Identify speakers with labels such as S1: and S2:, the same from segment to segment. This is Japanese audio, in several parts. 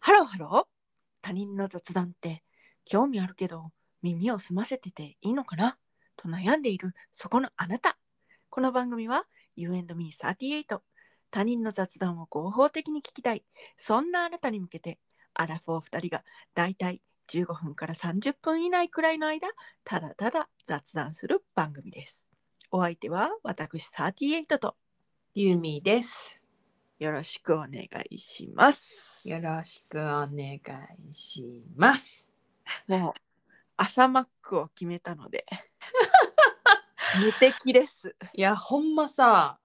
S1: ハローハロー。他人の雑談って興味あるけど耳を澄ませてていいのかなと悩んでいるそこのあなた。この番組は You and me38 他人の雑談を合法的に聞きたいそんなあなたに向けてアラフォー2人がだいたい15分から30分以内くらいの間ただただ雑談する番組です。お相手は私38と
S2: ゆみです。
S1: よろしくお願いします。
S2: よろしくお願いします。
S1: もう朝マックを決めたの で無敵です。
S2: いや、ほんまさ、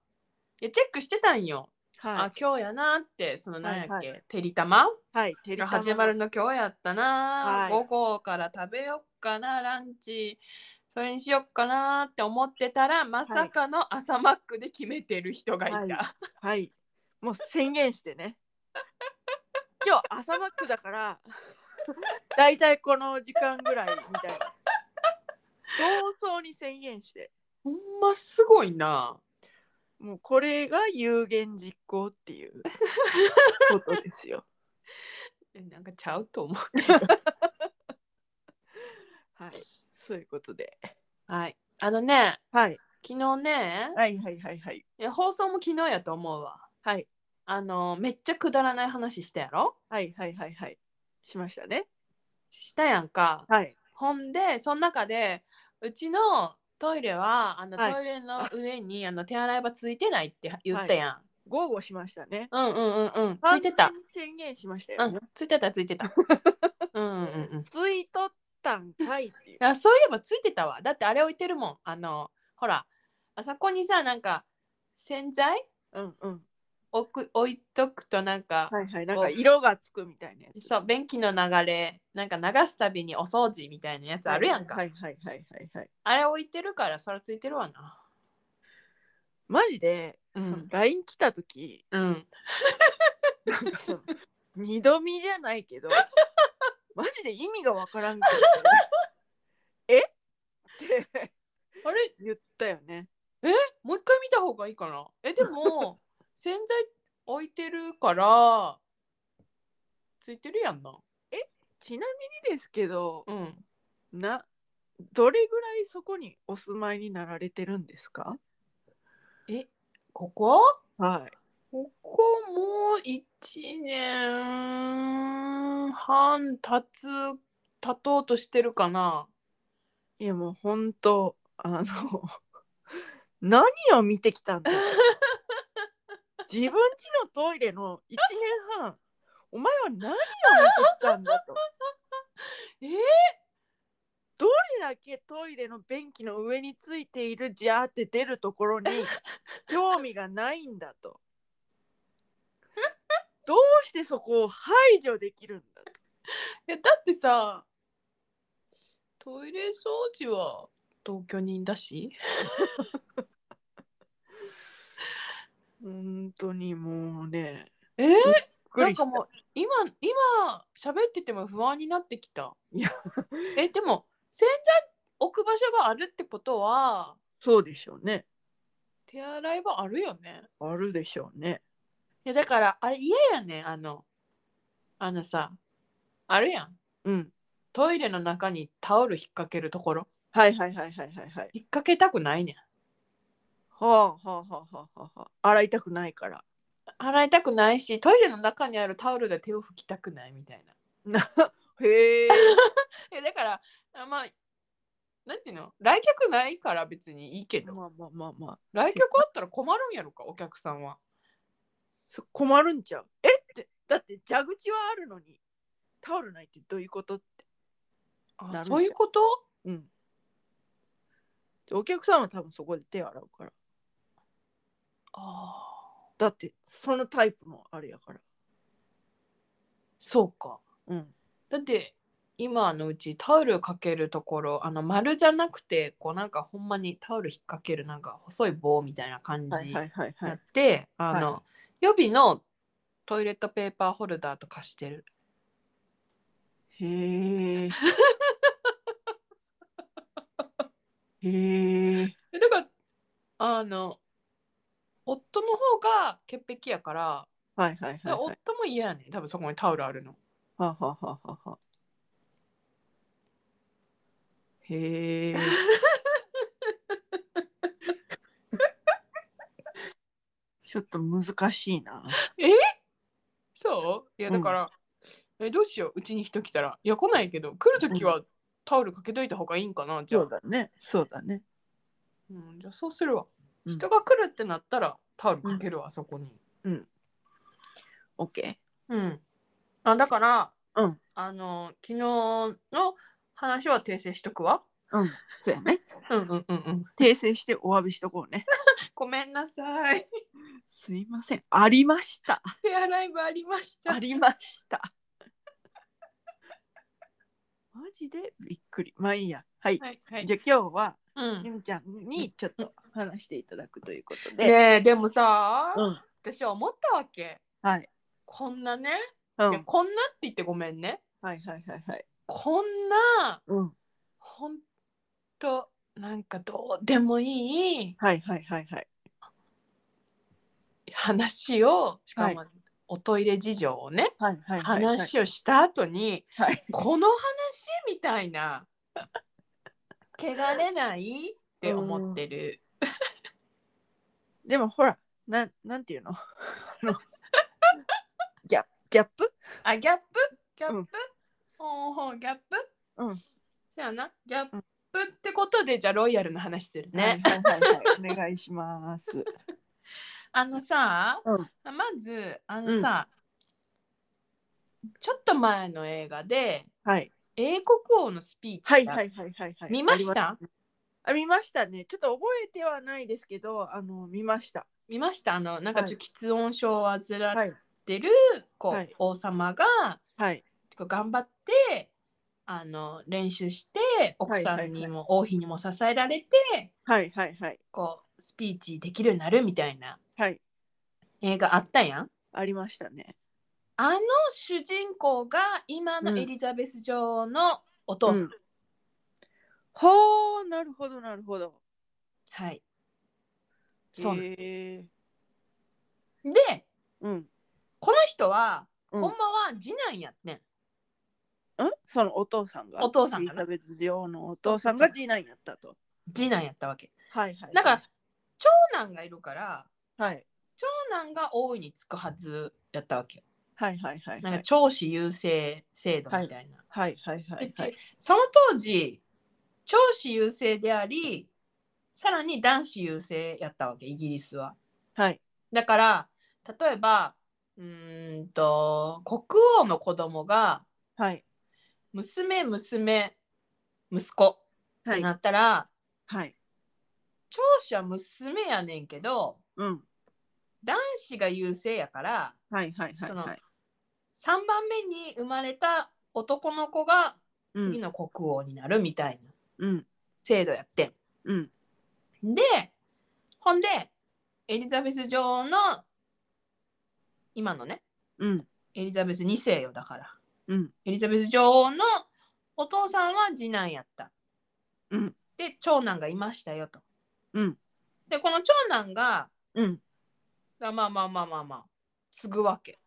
S2: いやチェックしてたんよ。
S1: は
S2: あ、今日やなって、そのなんやっけ、
S1: はい
S2: てりたま
S1: い。はい。テレ
S2: が始まるの今日やったな、
S1: はい
S2: 午後から食べよっかな、ランチ。それにしよっかなって思ってたら、まさかの朝マックで決めてる人がいた。
S1: はいはい。もう宣言してね。今日朝マックだ から、だいたいこの時間ぐらいみたいな。早々に宣言して、
S2: ほんますごいな。
S1: もうこれが有言実行っていうことですよ。
S2: えなんかちゃうと思う。
S1: はい。そういうことで。
S2: はい。あのね、
S1: はい。
S2: 昨日ね、
S1: はいはいはいはい。
S2: いや放送も昨日やと思うわ。
S1: はい
S2: あのめっちゃくだらない話したやろ
S1: はいはいはいはい。しましたね。
S2: したやんか。
S1: はい。
S2: ほんでその中でうちのトイレはあの、
S1: はい
S2: トイレの上にあの手洗い場ついてないって言ったやん。
S1: 豪語しましたね。
S2: うんうんうんうん。ついてた
S1: 完。全に宣言しました
S2: う
S1: よね。
S2: ん、ついてたつい てた。うんうんうん。い
S1: ついとったんかい っていう。
S2: やそういえばついてたわ。だってあれ置いてるもん。あのほらあそこにさなんか洗剤
S1: うんうん。
S2: 置く置いとくとなんか、
S1: はいはい。なんか色がつくみたいなやつ。
S2: そう便器の流れなんか流すたびにお掃除みたいなやつあるやんか。
S1: はいはいはいはいはい。
S2: あれ置いてるからそれついてるわな。
S1: マジで、
S2: うん
S1: その LINE 来た時
S2: うん。
S1: なんかそ の、二度見じゃないけど、マジで意味がわからんけ ど、えって
S2: あれ
S1: 言ったよね。
S2: もう一回見た方がいいかな。えで も洗剤置いてるからついてるやんな。
S1: ちなみにですけど、
S2: うん。
S1: な、どれぐらいそこにお住まいになられてるんですか
S2: えここ
S1: はい。
S2: ここもう1年半経つ経とうとしてるかな。
S1: いやもう本当あの 何を見てきたん だ自分家のトイレの1年半お前は何を見てきたんだと
S2: え
S1: どれだけトイレの便器の上についているジャーって出るところ に興味がないんだとどうしてそこを排除できるんだと
S2: いやだってさトイレ掃除は同居人だし。
S1: 本当にもうね
S2: え
S1: びっく
S2: なん
S1: りした
S2: かもう今今喋ってても不安になってきた。
S1: いや
S2: えでも洗剤置く場所があるってことは
S1: そうでしょうね
S2: 手洗い場あるよね。
S1: あるでしょうね
S2: いやだからあれ嫌やねんあのあのさあるやん
S1: うん
S2: トイレの中にタオル引っ掛けるところ
S1: はいはいはいはいはいはい
S2: 引っ掛けたくないねん
S1: はあはあはあはあはあ洗いたくない から
S2: 洗いたくないしトイレの中にあるタオルで手を拭きたくないみたいな。
S1: なへえ
S2: えだからあまあなんていうの来客ないから別にいいけど
S1: まあまあまあまあ
S2: 来客あったら困るんやろかお客さんは。
S1: そ困るんちゃうえってだって蛇口はあるのにタオルないってどういうことってなるんじ
S2: あ
S1: ゃん
S2: そういうこと
S1: うんお客さんは多分そこで手洗うから
S2: ああ
S1: だってそのタイプもあるやから
S2: そうか
S1: うん
S2: だって今のうちタオルかけるところあの丸じゃなくてこうなんかほんまにタオル引っ掛けるなんか細い棒みたいな感
S1: はい
S2: じ
S1: はいはいは
S2: や
S1: い
S2: って、あの、予備のトイレットペーパーホルダーとかしてる
S1: へえへえ
S2: えだからあの夫の方が潔癖やから
S1: はいはいはい、
S2: だから
S1: はい、
S2: 夫も嫌やねん多分そこにタオルあるの
S1: はあ、はあはあはあはあ、へ え。ちょっと難しいな。
S2: そういや
S1: うん
S2: だから、えどうしよううちに人来たらいや来ないけど来るときはタオルかけといた方がいいんかなじゃあ
S1: そうだね。そうだね。
S2: うん、じゃあそうするわ、
S1: うん
S2: 人が来るってなったらタオルかけるわ、あそこに
S1: OK。
S2: うんあだから、
S1: うん
S2: あの昨日の話は訂正しとくわ
S1: うん。そうやね。
S2: うんうんうんうん
S1: 訂正してお詫びしとこうね。
S2: ごめんなさい
S1: すいません。ありました。
S2: ヘアライブありました
S1: ありました。マジでびっくり。まあいいや。はい。
S2: はいはい
S1: じゃあ今日は、
S2: うん
S1: ゆみちゃんにちょっと話していただくということで。
S2: ねえでもさ、
S1: うん。
S2: 私は思ったわけ
S1: はい。
S2: こんなね、
S1: うん。
S2: い
S1: は
S2: や
S1: い
S2: こんなって言ってごめんね
S1: はいはいはい。
S2: こんな
S1: うん。
S2: ほんとなんかどうでもいい
S1: はいはいはいはい。
S2: 話をしかも、おトイレ事情をね
S1: はいはいはい、はい。
S2: 話をした後に、
S1: はい
S2: この話みたいな 「汚れない?」って思ってる。
S1: でもほら、なんなんていうの あのギャギャップ
S2: あギャップギャップ、
S1: う
S2: うんほうほうギャップ
S1: うん
S2: じゃあなギャップってことでじゃあロイヤルの話するね。。
S1: はいはいはい はい、お願いします。
S2: あのさ、
S1: うん
S2: まずあのさ、ちょっと前の映画で
S1: はい。
S2: 英国王のスピーチ
S1: はい
S2: が
S1: はいはいはい、はい。
S2: 見ました
S1: あ見ましたね。ちょっと覚えてはないですけど、あの見ました。
S2: 見ましたあのなんかちょっと喫音症を患っ
S1: い
S2: てる、こう
S1: はい
S2: 王様が
S1: はい
S2: こう頑張ってあの練習して奥さんにも、王妃にも支えられて
S1: はいはいはい
S2: こうスピーチできるようになるみたいな
S1: はい
S2: 映画あったやん。
S1: ありましたね。
S2: あの主人公が今のエリザベス女王のお父さん。
S1: うんほうなるほどなるほど。
S2: はい。そうなんです
S1: へ
S2: で、
S1: ーうん。
S2: この人は、
S1: うん
S2: ほんまは次男やってん。
S1: んそのお父さんが
S2: お父さんが
S1: エリザベス女王のお父さんが次男やったと。
S2: 次男やったわけ。
S1: はいはい。
S2: なんか、長男がいるから、
S1: はい
S2: 長男が王位につくはずやったわけよ。
S1: はいはいはい
S2: なん
S1: はい
S2: か長子優勢制度みたいな。
S1: はいはいはいは
S2: で
S1: い
S2: ちその当時、長子優勢であり、さらに男子優勢やったわけ、イギリスは。
S1: はい
S2: だから、例えば、うーんと、国王の子供が、
S1: はい
S2: 娘、娘、息子っ
S1: は
S2: て
S1: い
S2: なったら、
S1: はい
S2: 長子は娘やねんけど
S1: うん
S2: 男子が優勢やから
S1: はいはいはい
S2: その
S1: はい
S2: 3番目に生まれた男の子が
S1: うん
S2: 次の国王になるみたい
S1: う
S2: な
S1: ん
S2: 制度やって
S1: うん
S2: ん。でほんでエリザベス女王の今のね
S1: うん
S2: エリザベス2世よだから
S1: うん
S2: エリザベス女王のお父さんは次男やった。
S1: うん
S2: で長男がいましたよと。
S1: うん
S2: でこの長男が
S1: うん
S2: まあまあまあまあまあ継ぐわけ。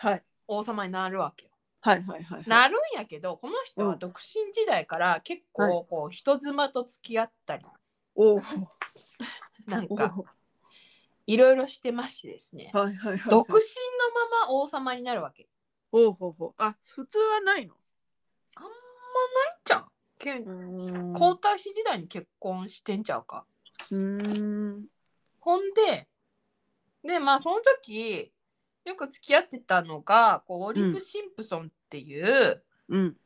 S1: はい
S2: 王様になるわけよ。
S1: はいはいはいはい
S2: なるんやけどこの人
S1: う
S2: は
S1: ん
S2: 独身時代から結
S1: は
S2: 構こう人妻と付き合ったり
S1: おお
S2: なん
S1: お
S2: かいろいろしてましてですね
S1: はいはいはいはい
S2: 独身のまま王様になるわけ。
S1: ほうほうほうあ普通はないの
S2: あんまないんちゃうけん皇
S1: こ
S2: 太子時代に結婚してんちゃうか。
S1: うーん
S2: ほんででまあその時よく付き合ってたのがこうウォリ
S1: うん
S2: ス・シンプソンっていう
S1: うん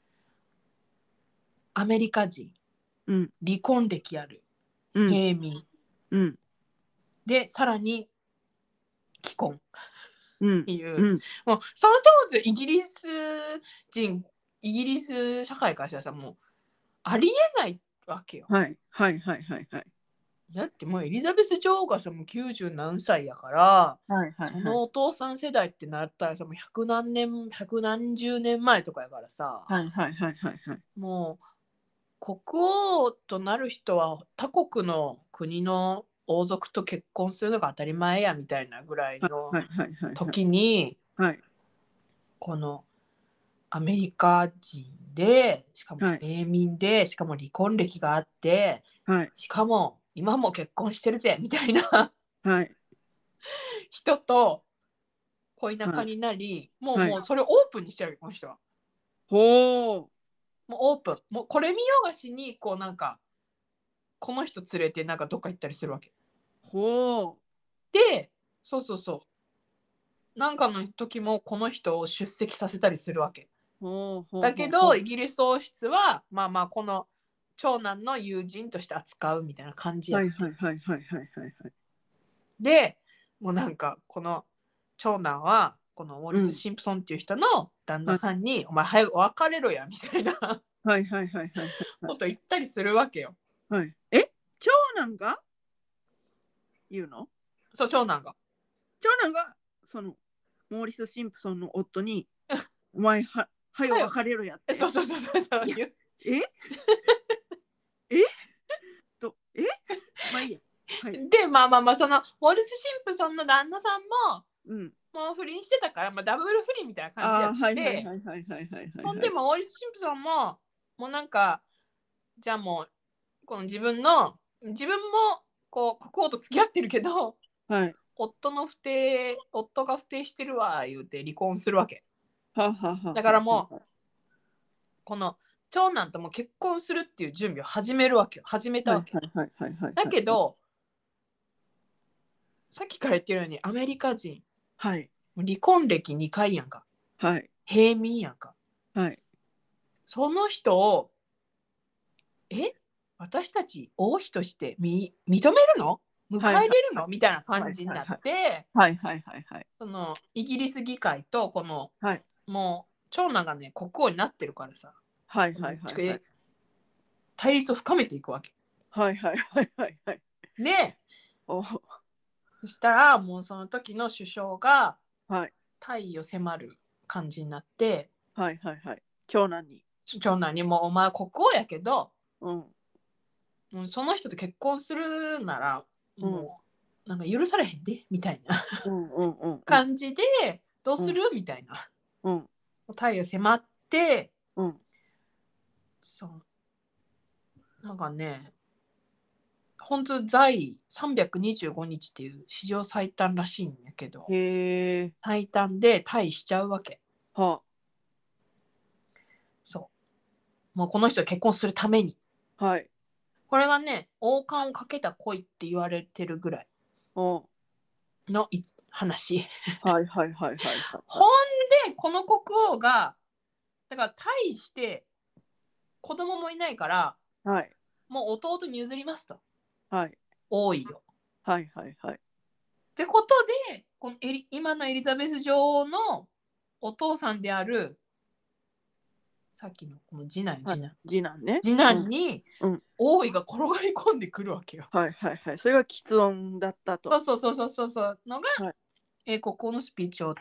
S2: アメリカ人
S1: うん
S2: 離婚歴ある
S1: うん
S2: 平民
S1: うん
S2: でさらに既婚。
S1: うん
S2: っていう、
S1: うん
S2: もうその当時イギリス人イギリス社会からしたらさもうありえないわけよ
S1: はいはいはいはいはい
S2: だってもうエリザベス女王がさもう90何歳やから、
S1: はいはい
S2: そのお父さん世代ってなったらさもう100何年100何十年前とかやからさ、
S1: はいはいはいはいはい
S2: もう国王となる人は他国の国の王族と結婚するのが当たり前やみたいなぐらいの
S1: はいはいはいはい
S2: 時に、
S1: はい
S2: このアメリカ人でしかも
S1: はい
S2: 英民で、しかも離婚歴があって
S1: はい
S2: しかも今も結婚してるぜみたいな
S1: はい
S2: 人と恋仲になり、もう、
S1: はい
S2: もうそれをオープンにしてるわけこの人は
S1: ほ
S2: もうオープンもうこれ見よがしにこうなんかこの人連れてなんかどっか行ったりするわけ
S1: うほ
S2: でそうそうそうなんかの時もこの人を出席させたりするわけ
S1: うほうほう
S2: だけ
S1: ほ
S2: ど
S1: う
S2: イギリス王室はまあまあこの長男の友人として扱うみたいな感じや、
S1: はいはいはいはいはいはいはい
S2: でもうなんかこの長男はこのウォル
S1: うん
S2: ス・シンプソンっていう人の旦那さんに「お前早く別れろや」みたいなこ
S1: はいはいはいはいはい
S2: と言ったりするわけよ。
S1: はいえ長男が言うの
S2: そう長男が。
S1: 長男がそのモーリス・シンプソンの夫に 「お前ははよ
S2: はよ
S1: 別れろや」っ
S2: え
S1: て
S2: そうそうそうそうそう
S1: いや
S2: 言う
S1: ええとえまあいいやはい
S2: でまあまあまあそのウォルス・シンプソンの旦那さんも
S1: うん
S2: もう不倫してたから、まあ、ダブル不倫みたい
S1: あ
S2: な
S1: ー
S2: 感じや
S1: は
S2: っ
S1: い
S2: て、
S1: はいはいはいはいはいはい
S2: ほんでもウォルス・シンプソンももうなんかじゃあもうこの自分の自分もこう国王と付き合ってるけど
S1: はい
S2: 夫の不定夫が不定してるわ言うて離婚するわけ
S1: はあはあはあ
S2: だからもこの長男とも結婚するっていう準備を始めるわけよ始めた
S1: はい
S2: わけ、
S1: はいはいはいはい
S2: だけどさっきから言ってるようにアメリカ人
S1: はい
S2: 離婚歴2回やんか
S1: はい
S2: 平民やんか
S1: はい
S2: その人をえ私たち王妃としてみ認めるの迎えれるの、みたいな感じになって、
S1: はいはいはいはい
S2: そのイギリス議会とこの、
S1: はい
S2: もう長男がね国王になってるからさ
S1: はいはいはいはい
S2: 対立を深めていくわけ。
S1: はいはいはいはいはい
S2: で
S1: お
S2: そしたらもうその時の首相が
S1: はい
S2: 退位を迫る感じになって
S1: はいはいはい長男に
S2: 長男に「もうお前国王やけど
S1: うん
S2: もうその人と結婚するならもうなんか許されへんで」みたいな。
S1: うんうん うん
S2: 感じで、どうする、みたいな
S1: うん
S2: 太陽迫って
S1: うん
S2: そうなんかね本当在位325日っていう史上最短らしいんやけど
S1: へえ
S2: 最短で退位しちゃうわけ
S1: は
S2: そうもうこの人と結婚するために
S1: あはい
S2: これがね王冠をかけた恋って言われてるぐらい
S1: お
S2: のい話
S1: はいはいはいはい はい
S2: ほんでこの国王がだから退位して子供もいないから
S1: はい
S2: もう弟に譲りますと
S1: はい
S2: 多いよ。
S1: はいはいはい
S2: ってことでこのエリ今のエリザベス女王のお父さんであるさっきのこの次男
S1: はい
S2: 次男、
S1: 次男ね
S2: 次男に
S1: うんうん
S2: 王位が転がり込んでくるわけよ。
S1: はいはいはいそれが喫音だったと
S2: そうそうそうそうそうそうのが、
S1: はい
S2: 英国王のスピーチを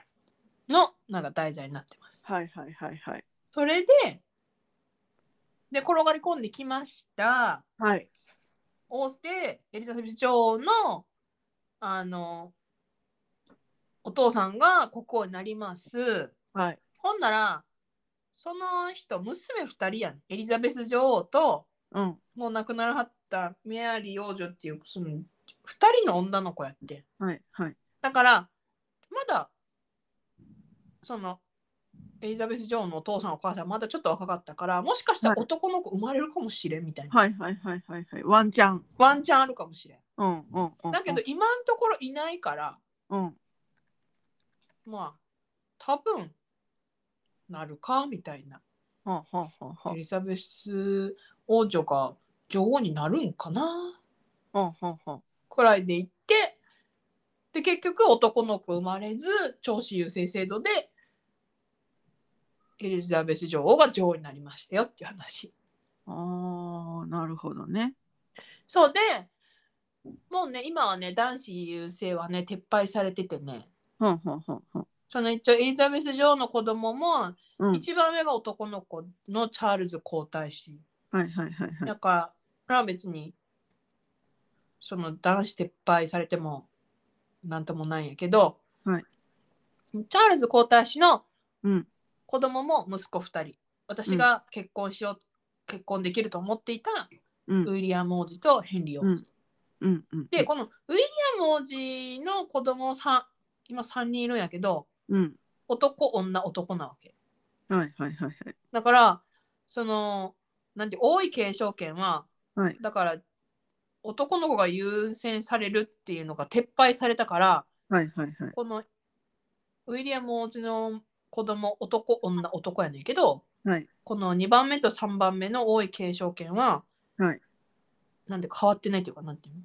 S2: のなんか題材になってます。
S1: はいはいはいはい
S2: それでで転がり込んできました。
S1: はい
S2: をしてエリザベス女王のあのお父さんが国王になります。
S1: はい
S2: ほんならその人娘2人やんエリザベス女王と
S1: うん
S2: もう亡くならはったメアリー王女っていうその2人の女の子やって
S1: はいはい
S2: だからまだそのエリザベス女王のお父さんお母さんまだちょっと若かったからもしかしたら
S1: はい
S2: 男の子生まれるかもしれんみたいな、
S1: はいはいはいはいはいワンちゃん
S2: ワンチャンあるかもしれん
S1: うんうんうん
S2: だけど今のところいないから
S1: うん
S2: まあ多分なるかみたいな
S1: はあはあはあ
S2: エ
S1: は
S2: リザベス王女が女王になるんかな
S1: あはあはあは
S2: くらいで言ってで結局男の子生まれず長子優勢制度でエリザベス女王が女王になりましたよっていう話。
S1: ああなるほどね
S2: そうでもうね今はね男子優勢はね撤廃されててね
S1: はんはんはんはん
S2: その一応エリザベス女王の子供も
S1: うん
S2: 一番上が男の子のチャールズ皇太子
S1: はいはいはいはい
S2: だから別にその男子撤廃されてもなんともないんやけど、
S1: はい
S2: チャールズ皇太子の
S1: うん
S2: 子供も息子2人私が結婚しよう、結婚できると思っていた
S1: うん
S2: ウィリアム王子とヘンリー王子、
S1: うんうんうん
S2: でこのウィリアム王子の子供さん今3人いるんやけど
S1: うん
S2: 男女男なわけ
S1: はいはいはい
S2: だからそのなんて多い継承権は
S1: はいはい
S2: だから男の子が優先されるっていうのが撤廃されたから
S1: はいはいはい
S2: このウィリアム王子の子供男女男やねんけど、
S1: はい
S2: この2番目と3番目の多い継承権は、
S1: はい
S2: なんで変わってないっていうかなんていうの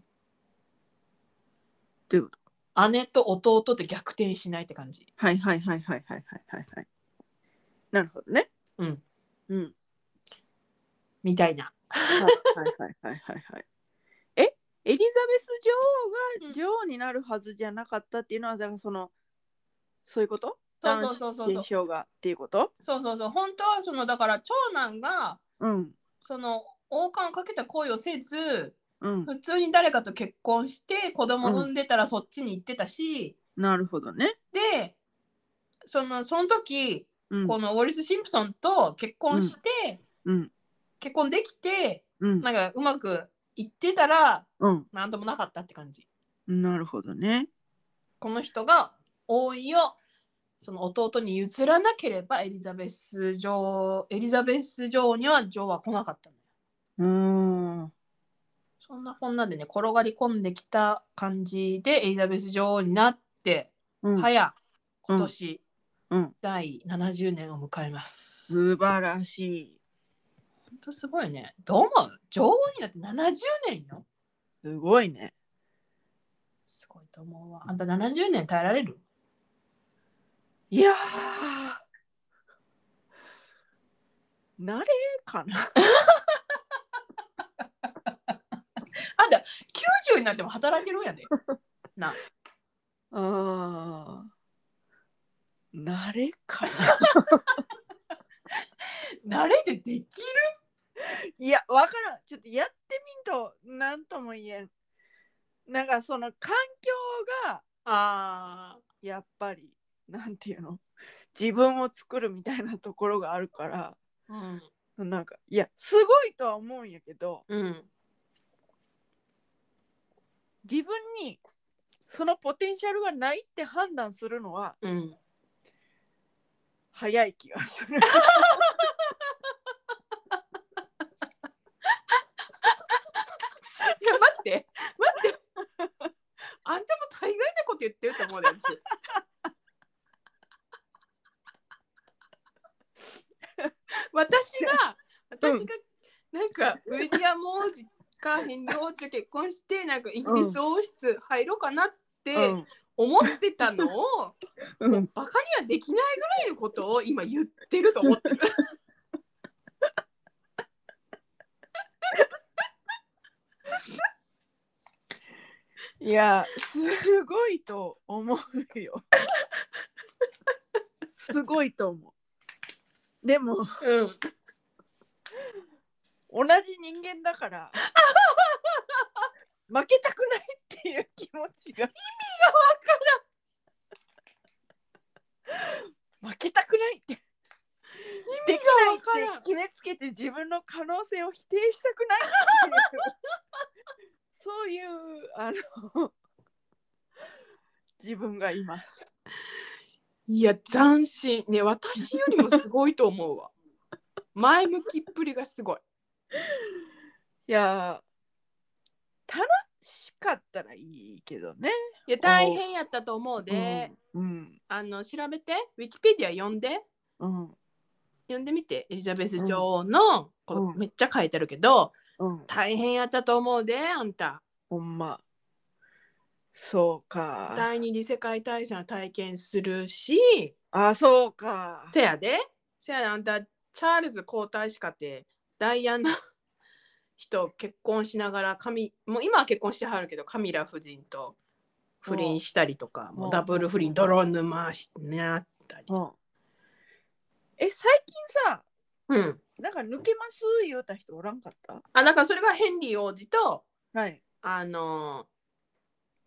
S1: どういうこ
S2: 姉と弟って逆転しないって感じ。
S1: はいはいはいはいはいはいはいはいなるほどね
S2: うん
S1: うん
S2: みたいな。
S1: はいはいはいはいはいはい えエリザベス女王が女王になるはずじゃなかったっていうのはだからそのそういうこと
S2: そうそうそうそうそう
S1: 現。象がっていうこと
S2: そうそうそう。本当はそのだから長男が
S1: うん
S2: その王冠をかけた行為をせず
S1: うん
S2: 普通に誰かと結婚して子供産んでたらそっちに行ってたし、
S1: なるほどね
S2: でそのその時
S1: うん
S2: このウォリス・シンプソンと結婚して、
S1: うん
S2: 結婚できて
S1: うん
S2: なんかうまくいってたら
S1: うん
S2: 何ともなかったって感じ
S1: なるほどね
S2: この人が王位をその弟に譲らなければエリザベス女王エリザベス女王には女王は来なかったのよ
S1: うーん
S2: そんなこんなでね転がり込んできた感じでエリザベス女王になって、
S1: うん
S2: 早今年、
S1: うん
S2: 第70年を迎えます。
S1: 素晴らしい
S2: ほんとすごいね。どう思う女王になって70年よ。
S1: すごいね
S2: すごいと思うわ。あんた70年耐えられる
S1: いやー慣れかな
S2: あんた90になっても働いてるん やで。な。
S1: あー慣れかな
S2: 慣れてできる
S1: いやわからんちょっとやってみんと何とも言えんなんかその環境が
S2: あ
S1: やっぱりなんていうの自分を作るみたいなところがあるから
S2: あ。うん。
S1: なんかいやすごいとは思うんやけど
S2: うん。
S1: 自分にそのポテンシャルがないって判断するのは
S2: うん。
S1: 早い気がする。
S2: いや、待って。待って。あんたも大概なこと言ってると思うです。私が、私が、なんか、ウィリアム王子かヘンリー王子と結婚して、なんかイギリス王室入ろうかなって
S1: うん
S2: 思ってたのを、
S1: う、
S2: もうんバカにはできないぐらいのことを今言ってると思ってる。
S1: いやすごいと思うよ。 すごいと思う。でも
S2: うん。
S1: 同じ人間だから 負けたくないっていう気持ちが意味がわからん負けたくないってできないって決めつけて自分の可能性を否定したくないっていう そういうあの自分がいます
S2: いや斬新ね私よりもすごいと思 うわ前向きっぷりがすごい
S1: いやー楽しかったらいいけどね
S2: いや大変やったと思うで、
S1: うん
S2: あの調べてウィキペディア読んで
S1: うん
S2: 読んでみてエリザベス女王の、こ
S1: うん
S2: めっちゃ書いてあるけど
S1: うん
S2: 大変やったと思うであんた
S1: ほんま。そうか。
S2: 第二次世界大戦を体験するし
S1: あ、そうか。
S2: せやでせやであんたチャールズ皇太子家ってダイアナ 人結婚しながら髪もう今は結婚してはるけどカミラ夫人と不倫したりとか
S1: うん
S2: もうダブル不倫泥沼しなったり
S1: うん。え、最近さ、
S2: うん
S1: なんか抜けます言うた人おらんかった
S2: あだからそれがヘンリー王子と
S1: はい。
S2: あの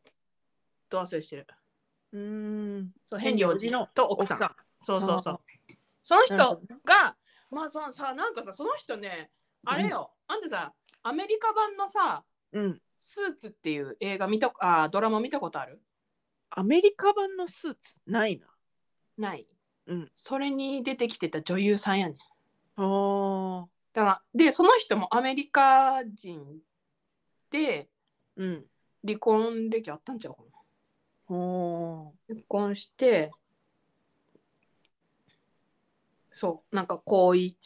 S2: ー、どう忘れしてる
S1: うーん。
S2: そうヘンリー王
S1: ヘ
S2: 子
S1: ンリー王子の
S2: と奥さん
S1: 奥さん
S2: そうそうそうその
S1: なるほ
S2: 人
S1: どね
S2: が、まあそのさ、なんかさ、その人ね、あれよ、あんたさ、アメリカ版のさ、
S1: うん。
S2: スーツっていう映画見た、あー、ドラマ見たことある
S1: アメリカ版のスーツないな。
S2: ない。
S1: うん。
S2: それに出てきてた女優さんやねん。
S1: ああ。
S2: だから、で、その人もアメリカ人で、
S1: うん。
S2: 離婚歴あったんちゃうかな。
S1: ほ
S2: 結婚してそうなんか皇位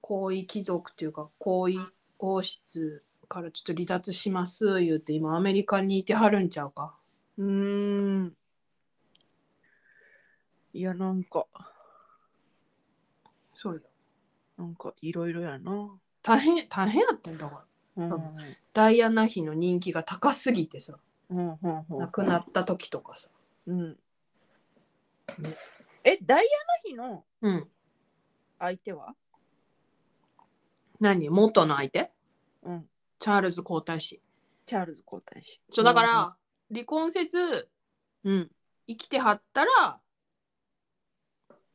S2: 皇位貴族っていうか皇位王室からちょっと離脱します言うて今アメリカにいてはるんちゃうか
S1: う。うーん。いや、なんか、
S2: そうよ
S1: なんかいろいろやな。
S2: 大変大変やってんだから
S1: うん。
S2: そううダイアナ妃の人気が高すぎてさ
S1: ん、うん、う
S2: 亡
S1: ん。
S2: くなった時とかさ
S1: うん。え、ダイアナ妃の
S2: うん
S1: 相手は
S2: 何元の相手
S1: うん。
S2: チャールズ皇太子
S1: チャールズ皇太子。
S2: そうだか、ら離婚せず
S1: うん。
S2: 生きてはったら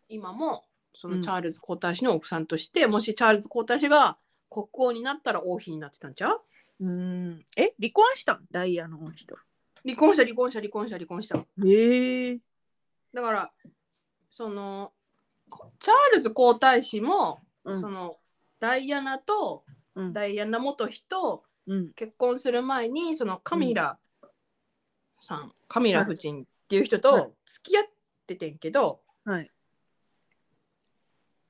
S2: 今もそのチャールズ皇太子の奥さんとして、もしチャールズ皇太子が国王になったら王妃になってたんちゃう
S1: うん。え、離婚したんダイアナの人。
S2: 離婚した離婚した離婚した離婚した
S1: ええ
S2: だからそのチャールズ皇太子も、
S1: うん
S2: そのダイアナと
S1: うん。
S2: ダイアナ元妃と
S1: うん。
S2: 結婚する前にそのカミラさん、カミラ夫人っていう人
S1: はい
S2: と付き合っててんけど、
S1: はい。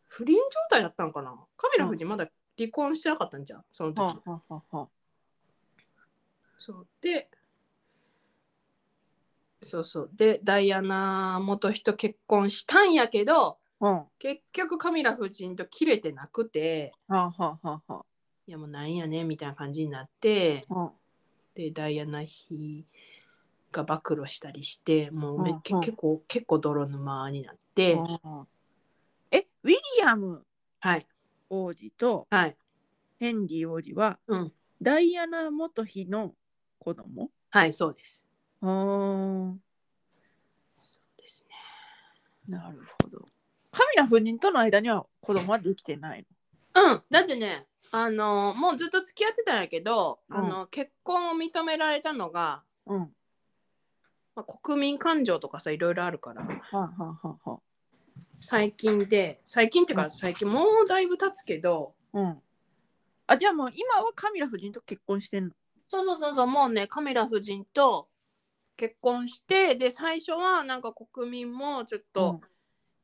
S2: 不倫状態だったんかなカミラ夫人まだ離婚してなかったんじゃんその時、
S1: はあ、はあはあはあ。
S2: そうでそうそうでダイアナ元人結婚したんやけど
S1: うん。は
S2: 結局カミラ夫人と切れてなくて
S1: あ、はあはあはい
S2: やもうなんやねんみたいな感じになって
S1: あ。は
S2: でダイアナ妃が暴露したりしてもうめ、
S1: うんうん
S2: 結構結構泥沼になって、
S1: あえ、ウィリアム
S2: はい
S1: 王子と
S2: はい
S1: ヘンリー王子は
S2: うん
S1: ダイアナ元妃の子供
S2: はいそうです
S1: あ
S2: そうですね
S1: あ、なるほど。カミラ夫人との間には子供はできてない
S2: うん、だってね、あのもうずっと付き合ってたんやけど、
S1: うん
S2: あの結婚を認められたのが、
S1: の。うん。は
S2: まあ、国民感情とかさいろいろあるから
S1: あ、はあはあは
S2: 最近で最近っていう
S1: う
S2: か
S1: ん
S2: 最近もうだいぶ経つけど
S1: あ、うん。あ、じゃあもう今はカミラ夫人と結婚してんの。
S2: そうそうそうそうもうねカミラ夫人と結婚してで最初はなんか国民もちょっと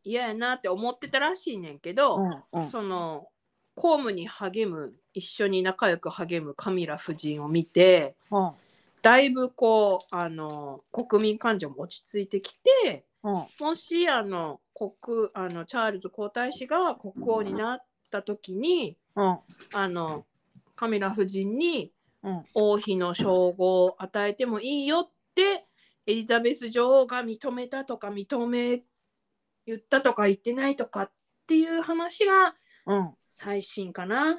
S2: 嫌やなって思ってたらしいねんけ
S1: う
S2: ど、
S1: ん、うん、うん。
S2: その公務に励む一緒に仲良く励むカミラ夫人を見て。
S1: うん
S2: だいぶこうあの国民感情も落ち着いてきて
S1: うん
S2: もしあの国あのチャールズ皇太子が国王になった時に
S1: うん
S2: あのカミラ夫人に
S1: うん
S2: 王妃の称号を与えてもいいよってエリザベス女王が認めたとか認め言ったとか言ってないとかっていう話が
S1: うん
S2: 最新かな。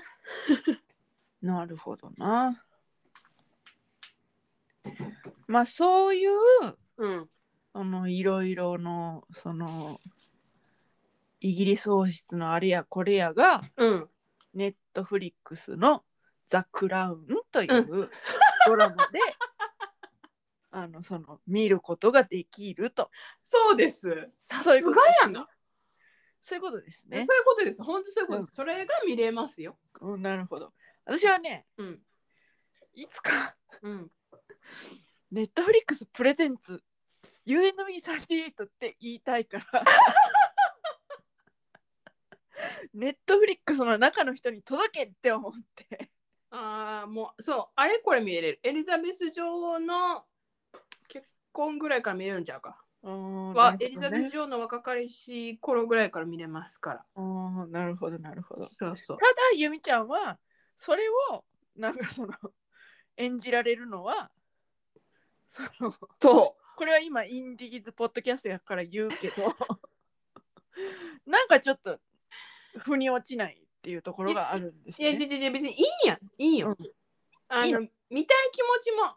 S1: なるほどな。まあそういう
S2: うん、
S1: あのいろいろのそのイギリス王室のあれやこれやが
S2: うん、
S1: ネットフリックスの「ザ・クラウン」というドラマで、あのその見ることができると
S2: そうです。さす
S1: そう
S2: が
S1: いうこと
S2: やな。
S1: そういうことです
S2: そうい
S1: ね
S2: う。ことです。本当そういうことです。それが見れますよ。
S1: うん、なるほど私はね
S2: うん。
S1: いつか
S2: うん。
S1: ネットフリックスプレゼンツ U&Me38 って言いたい からネットフリックスの中の人に届けって思って
S2: ああ、もう、そう、あれこれ見れる。エリザベス女王の結婚ぐらいから見れるんちゃうか。は、エリザベス女王の若かりし頃ぐらいから見れますから。
S1: あーなるほどなるほどた
S2: そうそう
S1: だ。ゆみちゃんはそれをなんかその演じられるのはその
S2: そう。
S1: これは今インディーズポッドキャストやから言うけど なんかちょっと腑に落ちないっていうところがあるんです
S2: いや、
S1: ね
S2: じ。じじ、別にいいやん。いいよ。
S1: うん
S2: あ
S1: いい
S2: の、見たい気持ちも、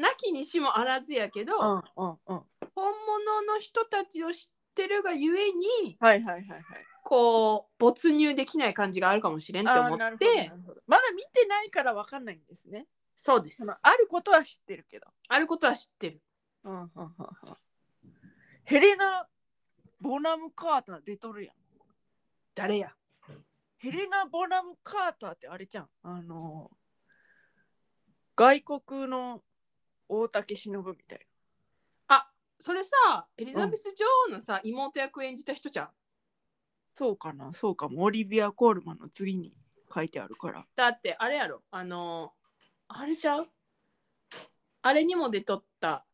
S2: なきにしもあらずやけど、
S1: うんうんうん
S2: 本物の人たちを知ってるがゆえに、
S1: はいはいはいはい。
S2: こう没入できない感じがあるかもしれんと思
S1: あーなる
S2: っ
S1: ほどな
S2: て
S1: るほどまだ見てないからわかんないんですね。
S2: そうです
S1: そのあることは知ってるけど。
S2: あることは知ってる
S1: うんうんうんうんヘレナ・ボナム・カーター出とるやん。
S2: 誰や
S1: ヘレナ・ボナム・カーターってあれじゃん。あの外国の大竹しのぶみたい
S2: あそれさエリザベス女王のさ、妹役演じた人じゃん
S1: な。そうかな、そうかも。オリビア・コールマンの次に書いてあるから。
S2: だってあれやろあのあれちゃうあれにも出とった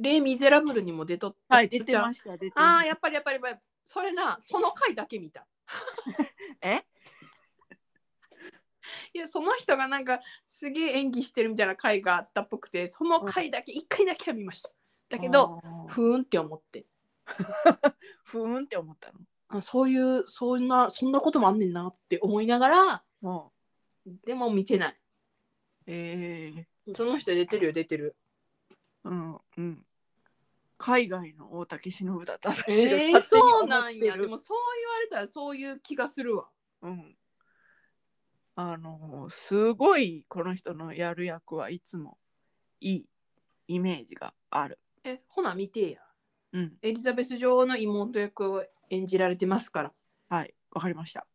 S2: レ・ミゼラブルにも出とった
S1: はい、出てま
S2: し
S1: した、出て
S2: あ
S1: ま
S2: ー
S1: し
S2: やっぱりやっぱりやっぱりそれなその回だけ見た
S1: た。え
S2: いやその人がなんかすげえ演技してるみたいな回があったっぽくてその回だけ一回だけは見ましただけど、
S1: あー
S2: ふーんって思って
S1: ふーんって思ったの。
S2: あそういうそんなそんなこともあんねんなって思いながら
S1: も、
S2: でも見てないう
S1: えー、
S2: その人出てるよ出てる
S1: うんうん。海外の大竹しのぶだった私が
S2: えー、
S1: 勝手に思
S2: そうなん
S1: って
S2: や
S1: る
S2: でもそう言われたらそういう気がするわ
S1: うん。あのすごいこの人のやる役はいつもいいイメージがある。
S2: えほな見てや
S1: うん。
S2: エリザベス女王の妹役を演じられてますから
S1: はい。わかりま した。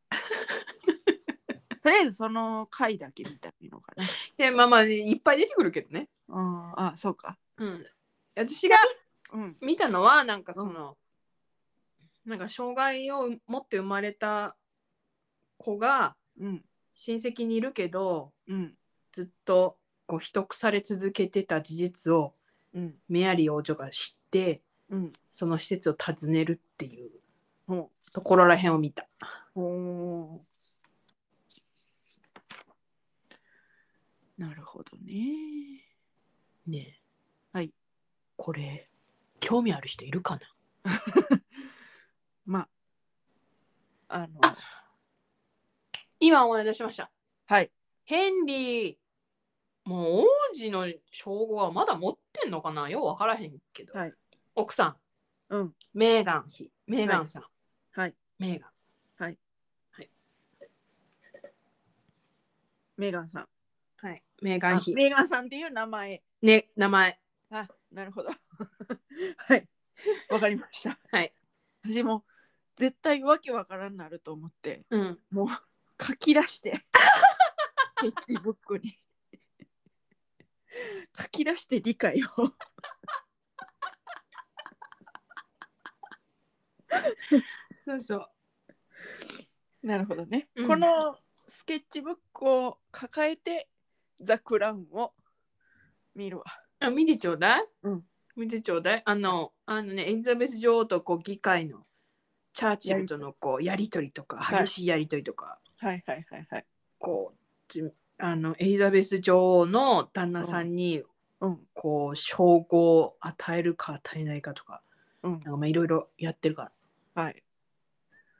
S1: とりあえずその回だけ見たらいいのかな。
S2: いやまあまあいっぱい出てくるけどね
S1: うん。あ、そうか。
S2: うん私が
S1: うん。
S2: 見たのはなんかその、なんか障害を持って生まれた子が
S1: うん。
S2: 親戚にいるけど
S1: うん。
S2: ずっとこう秘匿され続けてた事実を
S1: うん。
S2: メアリー王女が知って
S1: うん。
S2: その施設を訪ねるっていう
S1: ほ
S2: ところらへんを見た
S1: う。ほう。なるほどね。
S2: ねえ
S1: はい
S2: これ興味ある人いるかな
S1: まあ、あの、
S2: あ今思い出しました
S1: はい。
S2: ヘンリーもう王子の称号はまだ持ってんのかなよう分からへんけど、
S1: はい
S2: 奥さん
S1: うん。
S2: メーガン妃、メーガンさん、
S1: はい。
S2: メーガン。
S1: メーガンさん。
S2: はい、メーガン
S1: あ
S2: 妃。
S1: メーガンさんっていう名前。
S2: ね、名前。
S1: あ、なるほど。 はい。わかりました。
S2: はい。
S1: 私も絶対わけわからんなると思って、
S2: うん。
S1: 書き出 して。テキブックに。書き出して理解を。
S2: そうそう。
S1: なるほどね。
S2: うん
S1: このスケッチブックを抱えて、ザ・クラウンを見るわ。
S2: あ、見てちょうだい。
S1: うん。
S2: 見てちょうだい。あの、あのね、エリザベス女王とこう議会のチャーチルとのこうやりとりとか、
S1: はい
S2: 激しいやりとりとか、
S1: はいはいはいはい。
S2: こうじ、あの、エリザベス女王の旦那さんに、
S1: うん
S2: こう、称号を与えるか与えないかとか、
S1: うん。
S2: なんかまあいろいろやってるから。
S1: はい。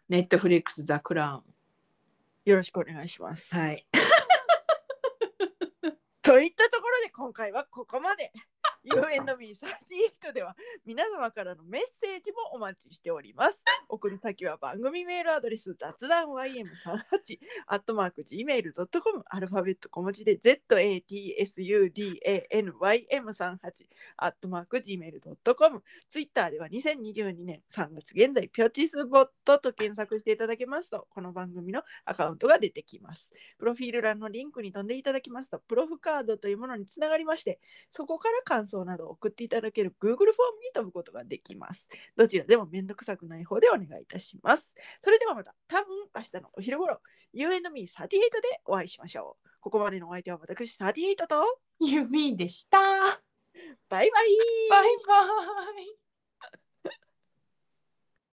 S2: ネットフリックス、ザ・クラウン。
S1: よろしくお願いします。
S2: はい。
S1: といったところで今回はここまで U&Me38 では皆様からのメッセージもお待ちしております。送り先は番組メールアドレス雑談 ym38 アットマーク gmail.com アルファベット小文字で zatsudanym38 アットマーク gmail.com ツイッターでは2022年3月現在ピョチスボットと検索していただけますとこの番組のアカウントが出てきます。プロフィール欄のリンクに飛んでいただきますと、プロフカードというものにつながりまして、そこから感想などを送っていただける Google フォームに飛ぶことができます。どちらでもめんどくさくない方でお願いいたします。それではまた、多分明日のお昼頃、U&Me38 でお会いしましょう。ここまでのお相手は私38と、
S2: ユミでした。
S1: バイバイ
S2: バイバイ。